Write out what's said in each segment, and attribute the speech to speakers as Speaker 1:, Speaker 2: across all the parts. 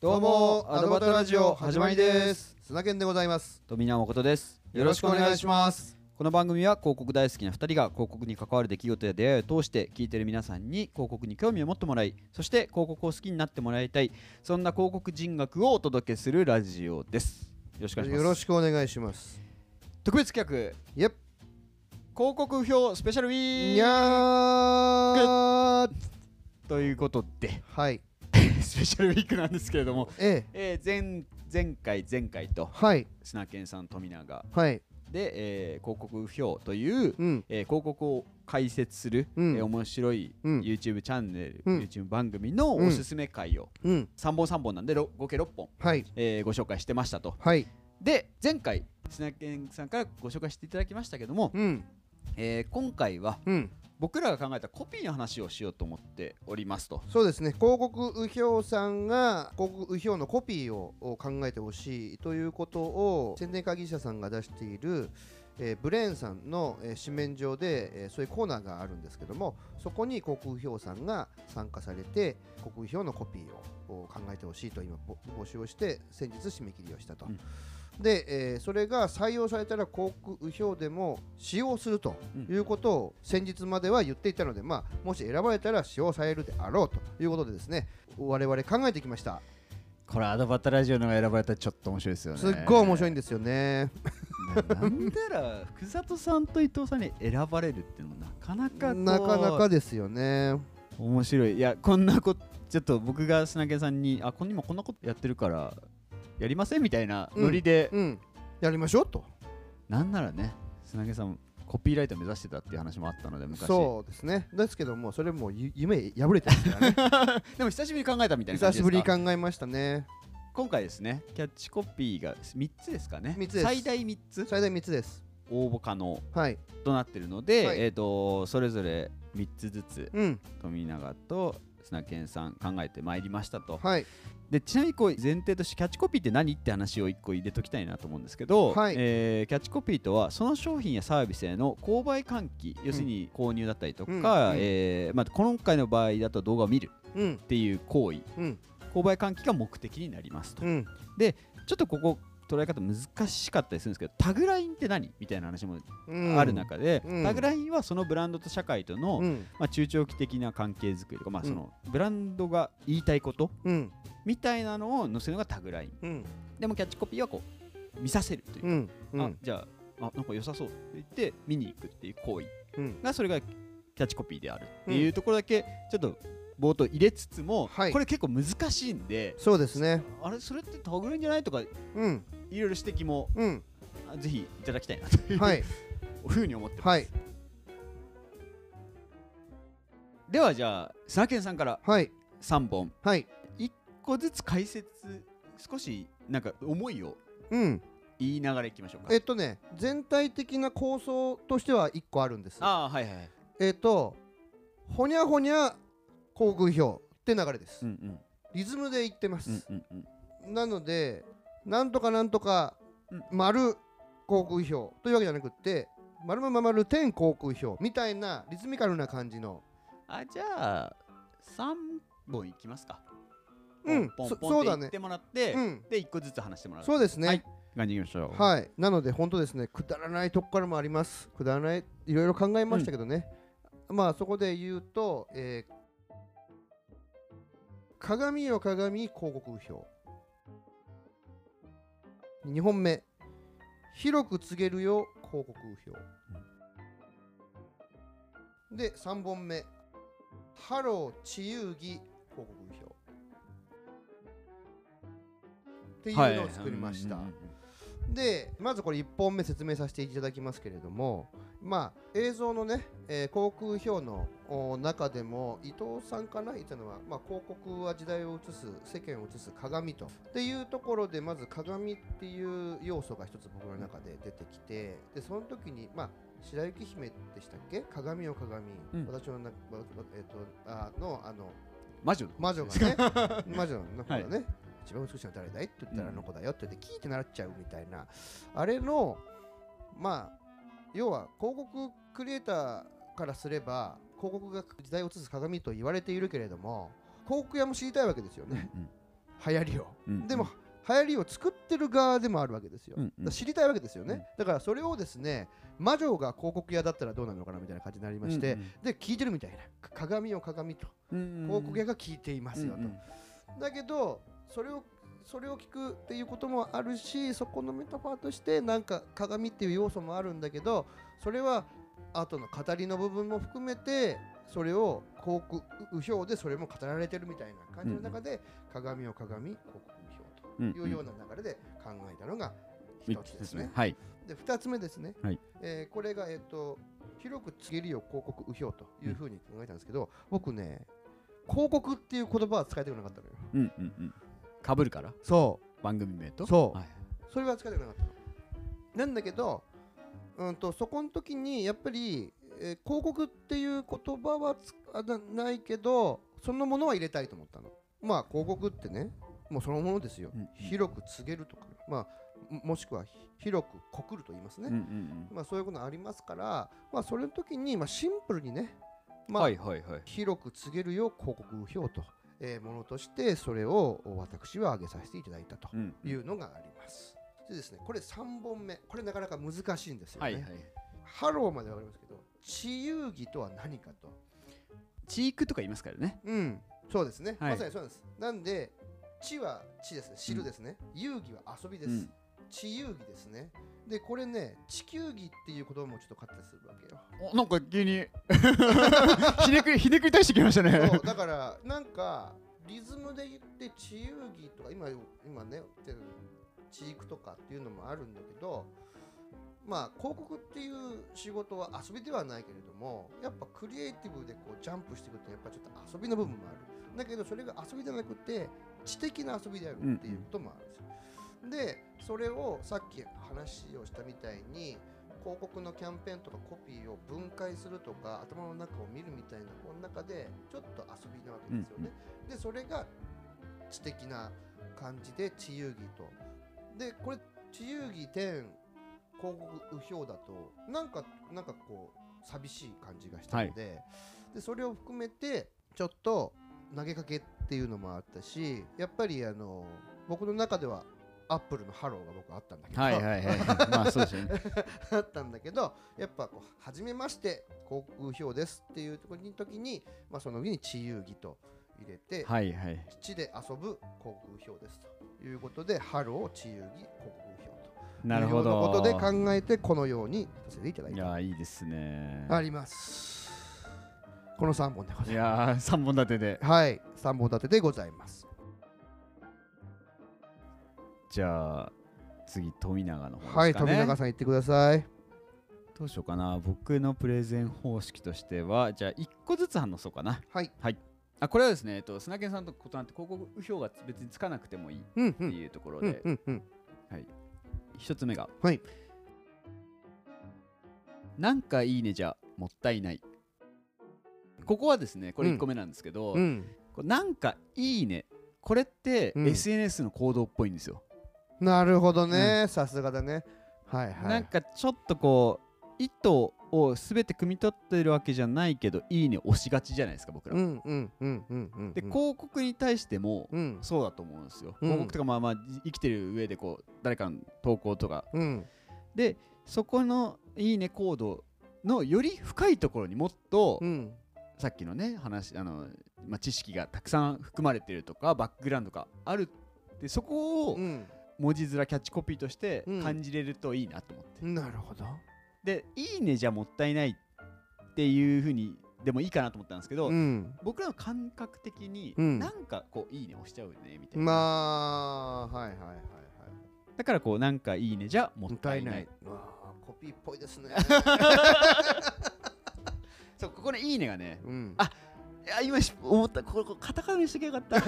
Speaker 1: どうもアドバタラジオ始まりです
Speaker 2: 砂健でございます
Speaker 1: 富永誠です
Speaker 2: よろしくお願いします
Speaker 1: この番組は広告大好きな2人が広告に関わる出来事や出会いを通して聞いている皆さんに広告に興味を持ってもらいそして広告を好きになってもらいたいそんな広告人学をお届けするラジオですよろしくお願いします
Speaker 2: よろしくお願いします
Speaker 1: 特別企画
Speaker 2: イェッ
Speaker 1: 広告表スペシャルウィ
Speaker 2: に
Speaker 1: ーク
Speaker 2: ゃー
Speaker 1: ということで
Speaker 2: はい
Speaker 1: スペシャルウィークなんですけれども、
Speaker 2: ええ
Speaker 1: えー前前回前回と
Speaker 2: はい
Speaker 1: 砂健さん富永
Speaker 2: はい
Speaker 1: で、えー広告表という
Speaker 2: うん
Speaker 1: えー広告を解説する、
Speaker 2: うん
Speaker 1: えー面白い
Speaker 2: うん
Speaker 1: YouTube チャンネル、
Speaker 2: うん
Speaker 1: YouTube 番組のおすすめ回を
Speaker 2: うん
Speaker 1: 3本3本なんでろ合計6本、
Speaker 2: はい
Speaker 1: えーご紹介してましたと
Speaker 2: はい
Speaker 1: で前回砂健さんからご紹介していただきましたけども、
Speaker 2: うん
Speaker 1: えー今回は
Speaker 2: うん
Speaker 1: 僕らが考えたコピーの話をしようと思っておりますと
Speaker 2: そうですね広告右表さんが広告右表のコピーをを考えてほしいということを宣伝会議者さんが出している、えーブレーンさんの、えー紙面上で、えーそういうコーナーがあるんですけどもそこに広告右表さんが参加されて広告右表のコピーをを考えてほしいと今ぼ募集をして先日締め切りをしたと。
Speaker 1: うん
Speaker 2: で、えーそれが採用されたら広告右表でも使用するということを先日までは言っていたので、まあ、もし選ばれたら使用されるであろうということでですね我々考えてきました
Speaker 1: これアドバタラジオのが選ばれたらちょっと面白いですよ
Speaker 2: すっごい面白
Speaker 1: い
Speaker 2: いんですよね
Speaker 1: なんなら福里さんと伊藤さんに選ばれるっていうのもなかなかこう
Speaker 2: なかなかですよね
Speaker 1: 面白いいやこんなことちょっと僕が砂毛さんにあこん今こんなことやってるからやりませんみたいなノリで、
Speaker 2: うんやりましょうと
Speaker 1: なんならね砂毛さんコピーライター目指してたっていう話もあったので昔
Speaker 2: そうですねですけどもそれもうゆ夢破れてます からね
Speaker 1: でも久しぶりに考えたみたいな感
Speaker 2: 久
Speaker 1: じで
Speaker 2: し
Speaker 1: すか
Speaker 2: ぶりに考えましたね
Speaker 1: 今回ですねキャッチコピーが3つですかね
Speaker 2: 三つです
Speaker 1: 最大3つ
Speaker 2: 最大3つです
Speaker 1: 応募可能
Speaker 2: はい
Speaker 1: となってるので、
Speaker 2: はい
Speaker 1: えー、とそれぞれ3つずつ
Speaker 2: うん
Speaker 1: 富永と砂毛さん考えてまいりましたと
Speaker 2: はい
Speaker 1: でちなみにこう前提としてキャッチコピーって何って話を一個入れときたいなと思うんですけど、
Speaker 2: はい
Speaker 1: えーキャッチコピーとはその商品やサービスへの購買喚起要するに購入だったりとか、
Speaker 2: うんうん
Speaker 1: えーまあ、今回の場合だと動画を見る
Speaker 2: うん
Speaker 1: っていう行為
Speaker 2: うん
Speaker 1: 購買喚起が目的になりますと、
Speaker 2: うん
Speaker 1: ちょっとここ捉え方難しかったりするんですけどタグラインって何みたいな話も
Speaker 2: うん
Speaker 1: ある中で、
Speaker 2: うん
Speaker 1: タグラインはそのブランドと社会との、
Speaker 2: うん
Speaker 1: まあ、中長期的な関係づくりとか、まあ、そのブランドが言いたいこと
Speaker 2: うん
Speaker 1: みたいなのを載せるのがタグライン
Speaker 2: うん
Speaker 1: でもキャッチコピーはこう見させるというう、
Speaker 2: んう
Speaker 1: あ
Speaker 2: ん
Speaker 1: じゃああなんか良さそうって言って見に行くっていう行為
Speaker 2: うん
Speaker 1: がそれがキャッチコピーであるっていうところだけちょっと冒頭入れつつも、
Speaker 2: はい
Speaker 1: これ結構難しいんで
Speaker 2: そうですね
Speaker 1: あれそれってタグラインじゃないとかい
Speaker 2: うん
Speaker 1: ろいろ指摘も
Speaker 2: うん
Speaker 1: あぜひいただきたいなという、
Speaker 2: はい
Speaker 1: ふうに思ってます、
Speaker 2: はい
Speaker 1: ではじゃあ砂犬さんから
Speaker 2: はい
Speaker 1: 3本
Speaker 2: はい
Speaker 1: 1個ずつ解説少しなんか思いを
Speaker 2: うん
Speaker 1: 言いながらいきましょうか
Speaker 2: えっとね全体的な構想としては1個あるんです
Speaker 1: ああはいはいはい
Speaker 2: えっとほにゃほにゃ航空表って流れです、
Speaker 1: うんうん
Speaker 2: リズムで言ってま
Speaker 1: うん
Speaker 2: す、
Speaker 1: うんうん
Speaker 2: なのでなんとかなんとか
Speaker 1: うん
Speaker 2: 丸航空表というわけじゃなくって丸まま丸点航空表みたいなリズミカルな感じの
Speaker 1: あじゃあ3本いきますか
Speaker 2: うん
Speaker 1: ポンポン
Speaker 2: そ
Speaker 1: ポ
Speaker 2: そう
Speaker 1: ンっ
Speaker 2: だ
Speaker 1: て
Speaker 2: ね
Speaker 1: 言ってもらって、
Speaker 2: うん
Speaker 1: で1個ずつ話してもらう
Speaker 2: そうですね
Speaker 1: は
Speaker 2: はいい、
Speaker 1: 感じいきましょう
Speaker 2: なので本当ですねくだらないとこからもありますくだらないいろいろ考えましたけどね、まあそこで言うと、えー鏡よ鏡広告表2本目広く告げるよ広告表、で3本目ハロー治癒儀広告表っていうのを作りました、
Speaker 1: はいうん
Speaker 2: でまずこれ1本目説明させていただきますけれどもまあ映像のね、えー航空表のお中でも伊藤さんかな言ったのは、まあ、広告は時代を映す世間を映す鏡とっていうところでまず鏡っていう要素が一つ僕の中で出てきてでその時にまあ白雪姫でしたっけ鏡を鏡、
Speaker 1: うん
Speaker 2: 私のな、わわえっとあのあの
Speaker 1: 魔女の
Speaker 2: 魔女がね魔女の子がね、
Speaker 1: は
Speaker 2: 一番美しいのは誰だいって言ったら
Speaker 1: うん
Speaker 2: あの子だよって言って聞いて習っちゃうみたいなあれのまあ要は広告クリエイターからすれば広告が時代を映す鏡と言われているけれども広告屋も知りたいわけですよね、
Speaker 1: うん
Speaker 2: 流行りを、
Speaker 1: うん
Speaker 2: でも流行りを作ってる側でもあるわけですよ、
Speaker 1: うんうん
Speaker 2: だから知りたいわけですよね、
Speaker 1: うん
Speaker 2: だからそれをですね魔女が広告屋だったらどうなるのかなみたいな感じになりまして、で聞いてるみたいなか鏡を鏡と広
Speaker 1: 広
Speaker 2: 告屋が聞いていますよと、だけどそれをそれを聞くっていうこともあるしそこのメタファーとしてなんか鏡っていう要素もあるんだけどそれは後の語りの部分も含めてそれを広告右表でそれも語られてるみたいな感じの中で、鏡を鏡広告
Speaker 1: と
Speaker 2: 右表というような流れで考えたのが一つですね。
Speaker 1: はい。
Speaker 2: で2つ目ですね、
Speaker 1: はい
Speaker 2: えーこれが、えっと広く告げるよ広告右表というふうに考えたんですけど、僕ね広告っていう言葉は使いたくなかったのよ。
Speaker 1: うんうんうん。かぶるから
Speaker 2: そう
Speaker 1: 番組名と。
Speaker 2: そう
Speaker 1: はい
Speaker 2: それは使いたくなかったのなんだけど、うん、とそこの時にやっぱり、えー広告っていう言葉はつあなないけどそのものは入れたいと思ったのまあ広告ってねもうそのものですよ、
Speaker 1: うんうん
Speaker 2: 広く告げるとかまあももしくはひ広く告ると言いますね、
Speaker 1: うんうん
Speaker 2: まあそういうことありますからまあそれの時に、まあ、シンプルにね
Speaker 1: うん。
Speaker 2: まあ、
Speaker 1: はいはいはい。
Speaker 2: 広く告げるよ広告表と、えーものとしてそれを私は挙げさせていただいたと
Speaker 1: うん
Speaker 2: いうのがあります。でですね、これ3本目、これなかなか難しいんですよね。
Speaker 1: はいはい。
Speaker 2: ハローまでわかりますけど、治遊儀とは何かと。
Speaker 1: チークとか言いますからね。
Speaker 2: うん、そうですね、
Speaker 1: はい
Speaker 2: まさにそうなんです。なんで、知は知ですね、知るですね、遊戯は遊びです。
Speaker 1: うん
Speaker 2: 地遊戯ですね。で、これね、地球儀っていう言葉もちょっと勝ったりするわけよ。
Speaker 1: おなんか急に ひねくりひねくり出してきました
Speaker 2: そ
Speaker 1: ね
Speaker 2: う。だからなんかリズムで言って地遊戯とか今今ね言ってる地域とかっていうのもあるんだけどまあ広告っていう仕事は遊びではないけれどもやっぱクリエイティブでこうジャンプしていくとやっぱちょっと遊びの部分もあるだけどそれが遊びじゃなくて知的な遊びであるっていうこともあるんですよ、でそれをさっき話をしたみたいに広告のキャンペーンとかコピーを分解するとか頭の中を見るみたいなこの中でちょっと遊びなわけですよね。でそれが知的な感じで治遊儀と。でこれ治遊儀点広告右表だとなんかなんかこう寂しい感じがしたので,、でそれを含めてちょっと投げかけっていうのもあったしやっぱりあの僕の中ではアップルのハローが僕あったんだけど、
Speaker 1: はいはいはい。 まあそうですよね。
Speaker 2: だったんだけどやっぱこう初めまして航空表ですっていう時に、まあ、その上に地遊儀と入れて、
Speaker 1: はいはい。
Speaker 2: 地で遊ぶ航空表ですということでハロー地遊儀航空表と
Speaker 1: なるほ
Speaker 2: いうようなこ
Speaker 1: ど。
Speaker 2: とで考えてこのようにさせていただい
Speaker 1: い
Speaker 2: た
Speaker 1: やいいですね。
Speaker 2: ありますこの3本でござ
Speaker 1: い
Speaker 2: いま
Speaker 1: やー三本立てです
Speaker 2: はい3本立てでございます
Speaker 1: じゃあ次富永の方ですかね。
Speaker 2: はい富永さん言ってください
Speaker 1: どうしようかな僕のプレゼン方式としてはじゃあ1個ずつ反応そうかな
Speaker 2: はい
Speaker 1: あこれはですね、えっと、砂犬さんと異なって広告表が別につかなくてもいいっ
Speaker 2: うんう
Speaker 1: て
Speaker 2: ん
Speaker 1: いうところ
Speaker 2: うん
Speaker 1: で、
Speaker 2: うんうん
Speaker 1: 一つ目が、
Speaker 2: はい
Speaker 1: なんかいいねじゃもったいないここはですねこれ
Speaker 2: うん
Speaker 1: 1個目なんですけど、
Speaker 2: うん
Speaker 1: こうなんかいいねこれって
Speaker 2: うん
Speaker 1: SNS の行動っぽいんですよ、
Speaker 2: なるほどねさすがだねはいは
Speaker 1: なん
Speaker 2: い
Speaker 1: かちょっとこう意図を全て汲み取ってるわけじゃないけどいいね押しがちじゃないですか僕ら、
Speaker 2: うんうんうんうんうんうん
Speaker 1: で広告に対しても、
Speaker 2: うん
Speaker 1: そうだと思うんですよ。
Speaker 2: うん
Speaker 1: 広告とかまあまあ生きてる上でこう誰かの投稿とか
Speaker 2: うん
Speaker 1: でそこのいいね行動のより深いところにもっと、
Speaker 2: うん
Speaker 1: さっきのね話あの、まあ、知識がたくさん含まれてるとかバックグラウンドがあるでそこを
Speaker 2: うん
Speaker 1: 文字面キャッチコピーとして
Speaker 2: うん
Speaker 1: 感じれるといいなと思って、
Speaker 2: なるほど
Speaker 1: で「いいね」じゃもったいないっていうふうにでもいいかなと思ったんですけど、
Speaker 2: うん
Speaker 1: 僕らの感覚的に、
Speaker 2: うん
Speaker 1: なんかこう「いいね」押しちゃうよねみたいな。
Speaker 2: まあはいはいはいはい
Speaker 1: だからこうなんかいいねじゃもっ
Speaker 2: もったた
Speaker 1: い
Speaker 2: い
Speaker 1: な
Speaker 2: ないいわあコピーっぽいです ね
Speaker 1: そうここのいいねがね
Speaker 2: うん
Speaker 1: あいや今し思ったこれこれカタカナにしてきゃよかった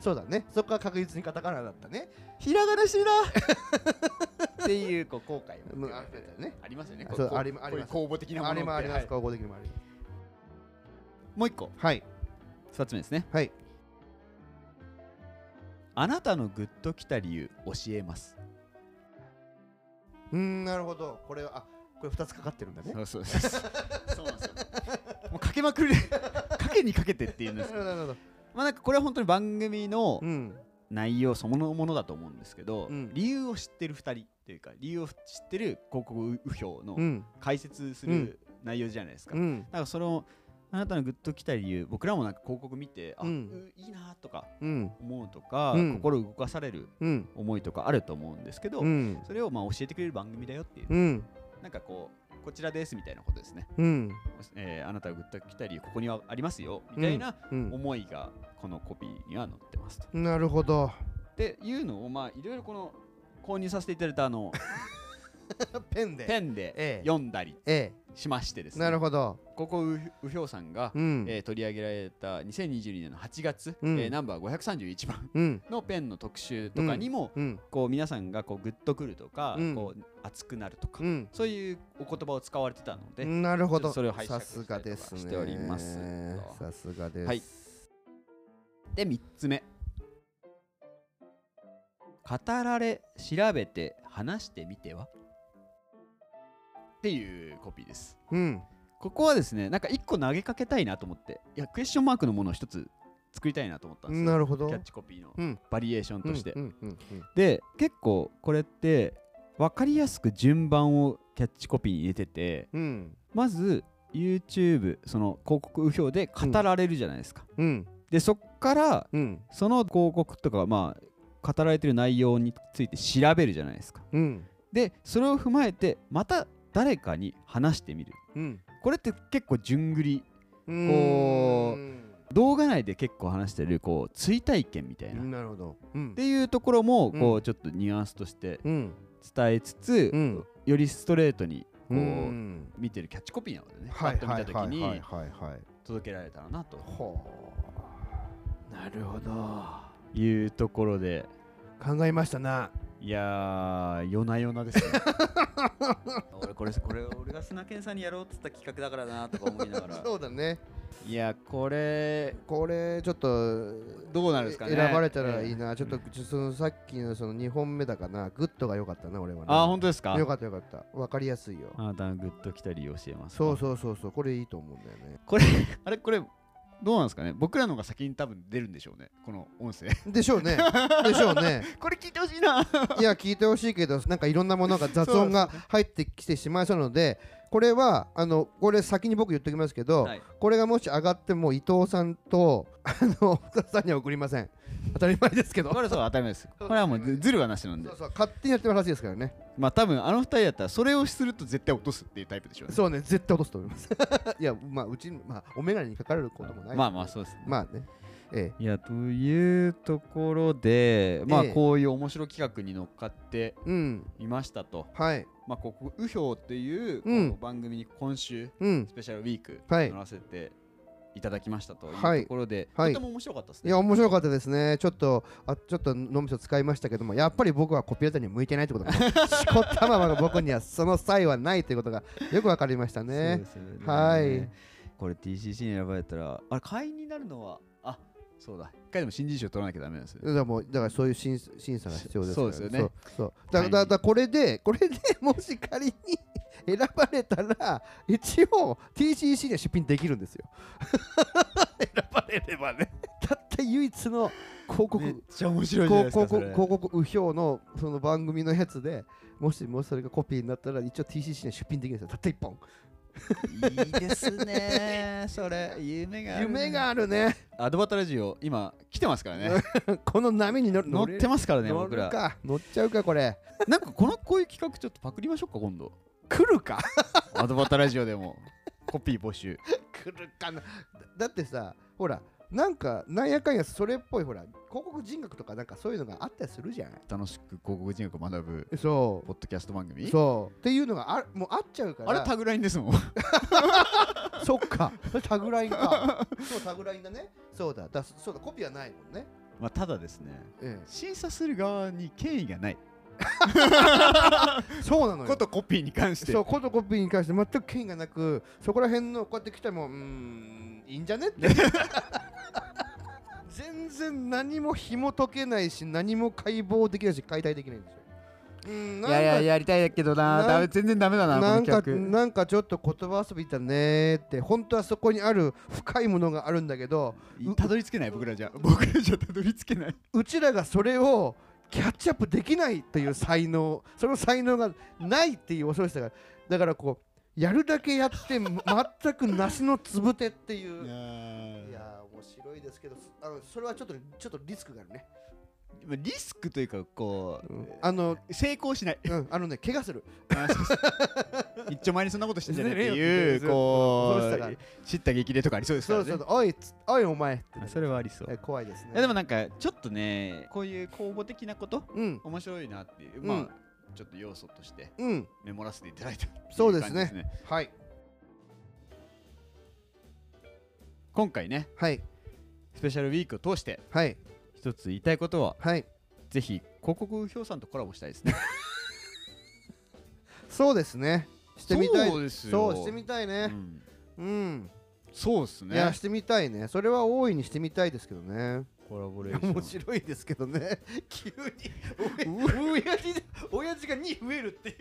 Speaker 2: そうだねそこは確実にカタカナだったね
Speaker 1: ひらがなしてなっていうこう後悔
Speaker 2: う
Speaker 1: も
Speaker 2: んあそうだよね
Speaker 1: ありますよね
Speaker 2: そう
Speaker 1: ここ
Speaker 2: ありまあります
Speaker 1: こういう公募的なもの
Speaker 2: あ
Speaker 1: って
Speaker 2: れもあります
Speaker 1: は
Speaker 2: か合的にもあり
Speaker 1: いもう一個
Speaker 2: はい
Speaker 1: 二つ目ですね
Speaker 2: はい
Speaker 1: あなたのグッときた理由教えます
Speaker 2: うんなるほどこれはあこれ二つかかってるんだね
Speaker 1: う そう そうそうなんですよもうかけまくるかけにかけてっていうんです
Speaker 2: なるほどなるほど
Speaker 1: まあなんかこれは本当に番組の
Speaker 2: うん
Speaker 1: 内容そのものだと思うんですけど、
Speaker 2: うん
Speaker 1: 理由を知ってる2人というか理由を知ってる広告右表の
Speaker 2: うん
Speaker 1: 解説す
Speaker 2: うん
Speaker 1: る内容じゃないですか、
Speaker 2: うん
Speaker 1: なんかそのあなたのグッときた理由僕らもなんか広告見てあ、
Speaker 2: うん
Speaker 1: ういいなとか
Speaker 2: うん
Speaker 1: 思うとか、
Speaker 2: うん
Speaker 1: 心動かされる
Speaker 2: うん
Speaker 1: 思いとかあると思うんですけど、
Speaker 2: うん
Speaker 1: それをまあ教えてくれる番組だよっていう、
Speaker 2: うん
Speaker 1: なんかこうこちらですみたいなことですね、
Speaker 2: うん
Speaker 1: えーあなたがグッときた理由ここにはありますよみたいな
Speaker 2: うん
Speaker 1: 思いがこのコピーには載ってますと。
Speaker 2: なるほど
Speaker 1: っていうのをまあいろいろこの購入させていただいたあの
Speaker 2: ペンで
Speaker 1: ペ
Speaker 2: ン
Speaker 1: ンで
Speaker 2: ええ
Speaker 1: 読んだり
Speaker 2: え
Speaker 1: しましてです
Speaker 2: え
Speaker 1: ね、
Speaker 2: なるほど
Speaker 1: ここう右表さんが、
Speaker 2: うん
Speaker 1: えー取り上げられた2022年の8月、
Speaker 2: うん
Speaker 1: えーナンバー531番
Speaker 2: うん
Speaker 1: のペンの特集とかにも、
Speaker 2: うん
Speaker 1: こう皆さんがこうグッとくるとか、
Speaker 2: うん
Speaker 1: こう熱くなるとか、
Speaker 2: うん
Speaker 1: そういうお言葉を使われてたので、
Speaker 2: なる
Speaker 1: ち
Speaker 2: ほ
Speaker 1: ょっ
Speaker 2: ど
Speaker 1: とそれを拝借
Speaker 2: さすがですね
Speaker 1: しております
Speaker 2: さすがです
Speaker 1: はいで3つ目語られ調べて話してみてはっていうコピーです
Speaker 2: うん
Speaker 1: ここはですねなんか1個投げかけたいなと思っていやクエスチョンマークのものを1つ作りたいなと思ったんです
Speaker 2: な
Speaker 1: よ
Speaker 2: るほど
Speaker 1: キャッチコピーの
Speaker 2: うん
Speaker 1: バリエーションとして、
Speaker 2: うんうんうん
Speaker 1: で結構これって分かりやすく順番をキャッチコピーに入れてて
Speaker 2: うん
Speaker 1: まず YouTube その広告右表で語られるじゃないですか、
Speaker 2: うん
Speaker 1: でそっから
Speaker 2: うん
Speaker 1: その広告とかまあ語られてる内容について調べるじゃないですか
Speaker 2: うん
Speaker 1: でそれを踏まえてまた誰かに話してみる
Speaker 2: うん
Speaker 1: これって結構順繰り
Speaker 2: うん
Speaker 1: こ動画内で結構話してるこう追体験みたいな、っ
Speaker 2: なるほどうん
Speaker 1: ていうところもこ
Speaker 2: う
Speaker 1: うちょっとニュアンスとして
Speaker 2: うん
Speaker 1: 伝えつつ、
Speaker 2: うん
Speaker 1: よりストレートにこう、
Speaker 2: うん
Speaker 1: 見てるキャッチコピーなのでね、
Speaker 2: はい
Speaker 1: パッ
Speaker 2: はい
Speaker 1: と見た
Speaker 2: は
Speaker 1: 時
Speaker 2: いはい
Speaker 1: に
Speaker 2: はいはい
Speaker 1: 届けられたらなと
Speaker 2: ほうなるほど
Speaker 1: いうところで
Speaker 2: 考えましたない
Speaker 1: やー、夜な夜なですね。 俺、これ、これ、俺が砂犬さんにやろうって言った企画だからなとか思いなが ら。
Speaker 2: そうだね
Speaker 1: いや、これ、
Speaker 2: これちょっと
Speaker 1: どうなるんですかね
Speaker 2: 選ばれたらいいな、
Speaker 1: ええ
Speaker 2: ちょっとちょそのさっきのその2本目だかなグッドが良かったな俺はね
Speaker 1: あー、本当ですか
Speaker 2: よかったよかった分かりやすいよ
Speaker 1: あなたのグッと来た理由教えます。
Speaker 2: そうそうそうそうこれいいと思うんだよ ね
Speaker 1: これ、あれ、これ、どうなんですかね僕らのが先に多分出るんでしょうね。この音声。
Speaker 2: でしょうねでしょうね
Speaker 1: これ聞いてほしいな
Speaker 2: いや聞いてほしいけどなんかいろんなものが雑音 が入ってきてしまいそうなのでこれはあのこれ先に僕言っておきますけど、
Speaker 1: はい
Speaker 2: これがもし上がっても伊藤さんとあの 深田さんには送りません当たり前ですけど
Speaker 1: これそう、当たり前です。これはもうずずるはなしなんで
Speaker 2: そう。そう勝手にやってる話ですからね
Speaker 1: まあ、多分あの二人だったら、それをすると絶対落とすっていうタイプでしょうね。
Speaker 2: そうね絶対落とすと思います いやまあうちまあお眼鏡にかかれることもない
Speaker 1: まあまあ、そうです。
Speaker 2: まあねえ
Speaker 1: いやというところで、まあ、
Speaker 2: ええ
Speaker 1: こういう面白企画に乗っかって
Speaker 2: えうん
Speaker 1: みましたと、
Speaker 2: はい
Speaker 1: まあ、ここ右表っていうこ
Speaker 2: うん
Speaker 1: の番組に今週
Speaker 2: うん
Speaker 1: スペシャルウィーク
Speaker 2: はい
Speaker 1: 乗らせていただきましたという
Speaker 2: はい
Speaker 1: ところで、
Speaker 2: はい
Speaker 1: とても面白かったです
Speaker 2: い
Speaker 1: ね。
Speaker 2: や面白かったですねちょっとあちょっと脳みそ使いましたけどもやっぱり僕はコピーライターに向いてないってこと がしこったままが僕にはその才はないということがよくわかりましたね
Speaker 1: そうですよね
Speaker 2: はい
Speaker 1: これ TCC に選ばれたらあれ会員になるのはあそうだ一回でも新人賞取らなきゃダメなんですよね。
Speaker 2: だからもうだからそういう審査審査が必要ですから
Speaker 1: そうですよね
Speaker 2: そうそうだだだこれでこれでもし仮に選ばれたら一応 TCC には出品できるんですよ選ばれればねたった唯一の広告
Speaker 1: めっちゃ面白いじゃない
Speaker 2: 広
Speaker 1: ですか
Speaker 2: 告
Speaker 1: それ
Speaker 2: 広告右表のその番組のやつでもしもしそれがコピーになったら一応 TCC には出品できるんですよたった1本
Speaker 1: いいですねそれ夢があるね
Speaker 2: 夢があるね
Speaker 1: アドバタラジオ今来てますからね。
Speaker 2: この波に乗
Speaker 1: 乗ってますから
Speaker 2: す
Speaker 1: ね、
Speaker 2: 乗
Speaker 1: 僕
Speaker 2: る
Speaker 1: ら。
Speaker 2: か乗っちゃうかこれ
Speaker 1: なんかこのこういう企画ちょっとパクりましょうか、今 度。
Speaker 2: 来るか
Speaker 1: アドバタラジオでも。コピー募集。
Speaker 2: 来るかなだだってさほらなんかなんやかんやそれっぽいほら広告人格とかなんかそういうのがあったりするじゃない
Speaker 1: 楽しく広告人学を学ぶ、
Speaker 2: そ
Speaker 1: ポッドキャスト番組
Speaker 2: う。そうっていうのがあもうあっちゃうから
Speaker 1: あれタグラインですもん。は
Speaker 2: そっかそ れタグラインかそうタグラインだねそうだだそうだコピーはないもんね、
Speaker 1: まあ、ただですね、
Speaker 2: え
Speaker 1: 審査する側に権威がない。
Speaker 2: え、そうなのよ
Speaker 1: ことコピーに関して
Speaker 2: そ。うコトコピーに関して全く権威がなくそこら辺のこうやって来てもうーんいいんじゃね って全然何も紐解けないし何も解剖できないし解体できないんですようん
Speaker 3: いやいややりたいけどな
Speaker 2: なん
Speaker 3: ダメ全然ダメだな
Speaker 2: なん
Speaker 3: この
Speaker 2: か
Speaker 3: 企
Speaker 2: なんかちょっと言葉遊びだねーって本当はそこにある深いものがあるんだけどう
Speaker 3: たどり着けない僕らじゃ僕らじゃたどり着けないう
Speaker 2: ちらがそれをキャッチアップできないという才能その才能がないっていう恐ろしさがだからこうやるだけやっても全く梨のつぶてっていういやー面白いですけどあのそれはちょっとちょっとリスクがあるね、
Speaker 1: まあリスクというかこう、
Speaker 2: あの、
Speaker 3: 成功しない
Speaker 2: うん、あのね怪我する
Speaker 3: あそう そう一丁前にそんなことしてんじゃないって
Speaker 2: ねえ
Speaker 3: いう
Speaker 2: よ
Speaker 3: こ
Speaker 2: そうそうそう
Speaker 3: う知った激励とかありそうですか
Speaker 2: そ
Speaker 3: ら
Speaker 2: うそ
Speaker 3: ね
Speaker 2: うそうおいつおいお前って
Speaker 1: まあそれはありそう
Speaker 2: え怖いですね
Speaker 1: いやでもなんかちょっとねこういう公募的なこと
Speaker 2: うん
Speaker 1: 面白いなっていう、
Speaker 2: うん
Speaker 1: まあちょっと要素として
Speaker 2: うん
Speaker 1: メモらせていただいたってい
Speaker 2: そうですね
Speaker 1: 感じ
Speaker 2: はい
Speaker 1: 今回ね
Speaker 2: はい
Speaker 1: スペシャルウィークを通して
Speaker 2: はい
Speaker 1: 一つ言いたいことは
Speaker 2: はい
Speaker 1: ぜひ広告表さんとコラボしたいですね
Speaker 2: そうですねしてみたい
Speaker 1: そうですよ
Speaker 2: そうしてみたいうね
Speaker 1: ん
Speaker 2: うん
Speaker 1: そうです
Speaker 2: いや
Speaker 1: ね
Speaker 2: してみたいねそれは大いにしてみたいですけどね
Speaker 1: コラボレーション
Speaker 2: 面白いですけどね 急に親父親父が2増えるっていう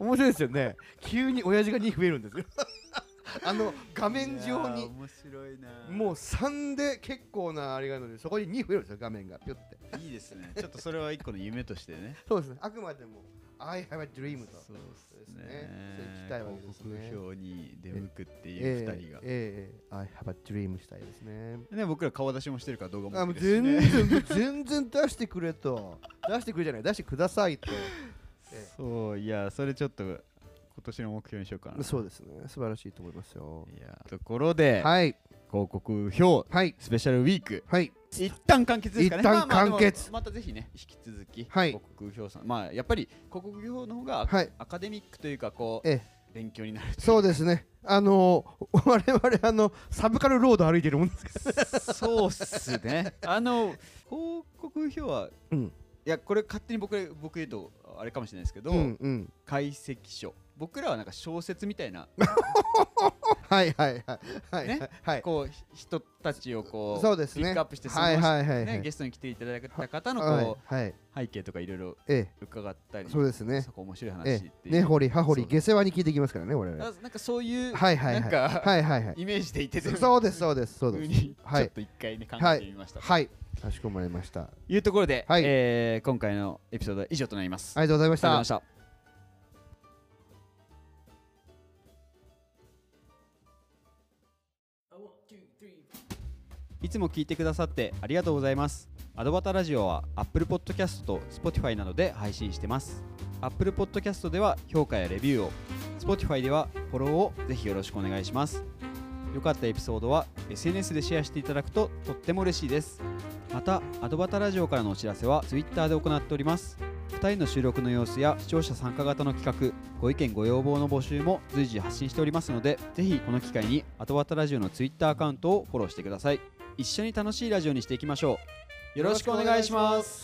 Speaker 2: 面白いですよね急に親父が2増えるんですよ あの画面上
Speaker 1: いやー
Speaker 2: に
Speaker 1: 面白いな
Speaker 2: もう3で結構なあれがあるのでそこに2増えるんですよ画面がピュって
Speaker 1: ういいですねちょっとそれは一個の夢としてね
Speaker 2: そう ですねあくまでも I have a dream と
Speaker 1: そう
Speaker 2: で
Speaker 1: ですす
Speaker 2: ね
Speaker 1: ね
Speaker 2: そう行きたいわけですね
Speaker 1: 広告表に出向くっていう二
Speaker 2: ええ
Speaker 1: 人が、
Speaker 2: ええええ I have a dream したいですね
Speaker 1: ね僕ら顔出しもしてるから動画
Speaker 2: あ
Speaker 1: も
Speaker 2: もう
Speaker 1: 好きですし
Speaker 2: 全
Speaker 1: ね
Speaker 2: 然もう全然出してくれと出してくれじゃない出してくださいとえ
Speaker 1: そういやそれちょっと今年の目標にしようかな
Speaker 2: そうですね素晴らしいと思いますよ
Speaker 1: いやところで、
Speaker 2: はい
Speaker 1: 広告表
Speaker 2: はい
Speaker 1: スペシャルウィーク
Speaker 2: はい
Speaker 1: 一旦完結ですかね
Speaker 2: 一旦
Speaker 1: まあまあでも
Speaker 2: 完結
Speaker 1: またぜひね引き続き、
Speaker 2: はい
Speaker 1: 広告表さんまあやっぱり広告表の方がア,、
Speaker 2: はい
Speaker 1: カデミックというかこう
Speaker 2: ええ
Speaker 1: 勉強になるという
Speaker 2: そうですねあの ー我々あのサブカルロード歩いてるもんですから
Speaker 1: そうっすね。 あの広告表は、
Speaker 2: うん
Speaker 1: いやこれ勝手に僕僕言うとあれかもしれないですけど、
Speaker 2: うんうん
Speaker 1: 解析書。僕らはなんか小説みたいな、
Speaker 2: はいはいはいはい
Speaker 1: ね
Speaker 2: はい
Speaker 1: こうひ人たちをこう
Speaker 2: そうです
Speaker 1: ピ
Speaker 2: ね
Speaker 1: ックアップして、
Speaker 2: はい
Speaker 1: その
Speaker 2: はいはいは
Speaker 1: ね
Speaker 2: い
Speaker 1: ゲストに来ていただいた方のこう、
Speaker 2: はいはい
Speaker 1: 背景とかいろいろ
Speaker 2: え
Speaker 1: 伺った
Speaker 2: え
Speaker 1: り、
Speaker 2: そうですね
Speaker 1: そこ面白い話っ
Speaker 2: え
Speaker 1: ていう
Speaker 2: え、ねほりはほり
Speaker 1: そうで
Speaker 2: 下世話に聞いてきますからね我々は
Speaker 1: あなんかそういう、
Speaker 2: はいは
Speaker 1: な
Speaker 2: いは
Speaker 1: ん
Speaker 2: い
Speaker 1: か、
Speaker 2: はいはいはい
Speaker 1: イメージでいてて
Speaker 2: そそうですそうですそう
Speaker 1: 風
Speaker 2: です
Speaker 1: に ち
Speaker 2: は
Speaker 1: ょ
Speaker 2: い
Speaker 1: っと一回ね考
Speaker 2: は
Speaker 1: え
Speaker 2: い
Speaker 1: てみました。
Speaker 2: はいかしこまりましたあ
Speaker 1: い、うところで、
Speaker 2: はい
Speaker 1: えー今回のエピソードは以上となります。
Speaker 2: りがとうございまし
Speaker 1: ありがとうござい
Speaker 2: た
Speaker 1: ました。いつも聞いてくださってありがとうございます。アドバタラジオは Apple Podcast と Spotify などで配信してます。Apple Podcast では評価やレビューを、Spotify ではフォローをぜひよろしくお願いします。良かったエピソードは SNS でシェアしていただくととっても嬉しいです。また、アドバタラジオからのお知らせは Twitter で行っております。2人の収録の様子や視聴者参加型の企画ご意見ご要望の募集も随時発信しておりますのでぜひこの機会に「後たラジオ」の Twitter アカウントをフォローしてください一緒に楽しいラジオにしていきましょうよろしくお願いします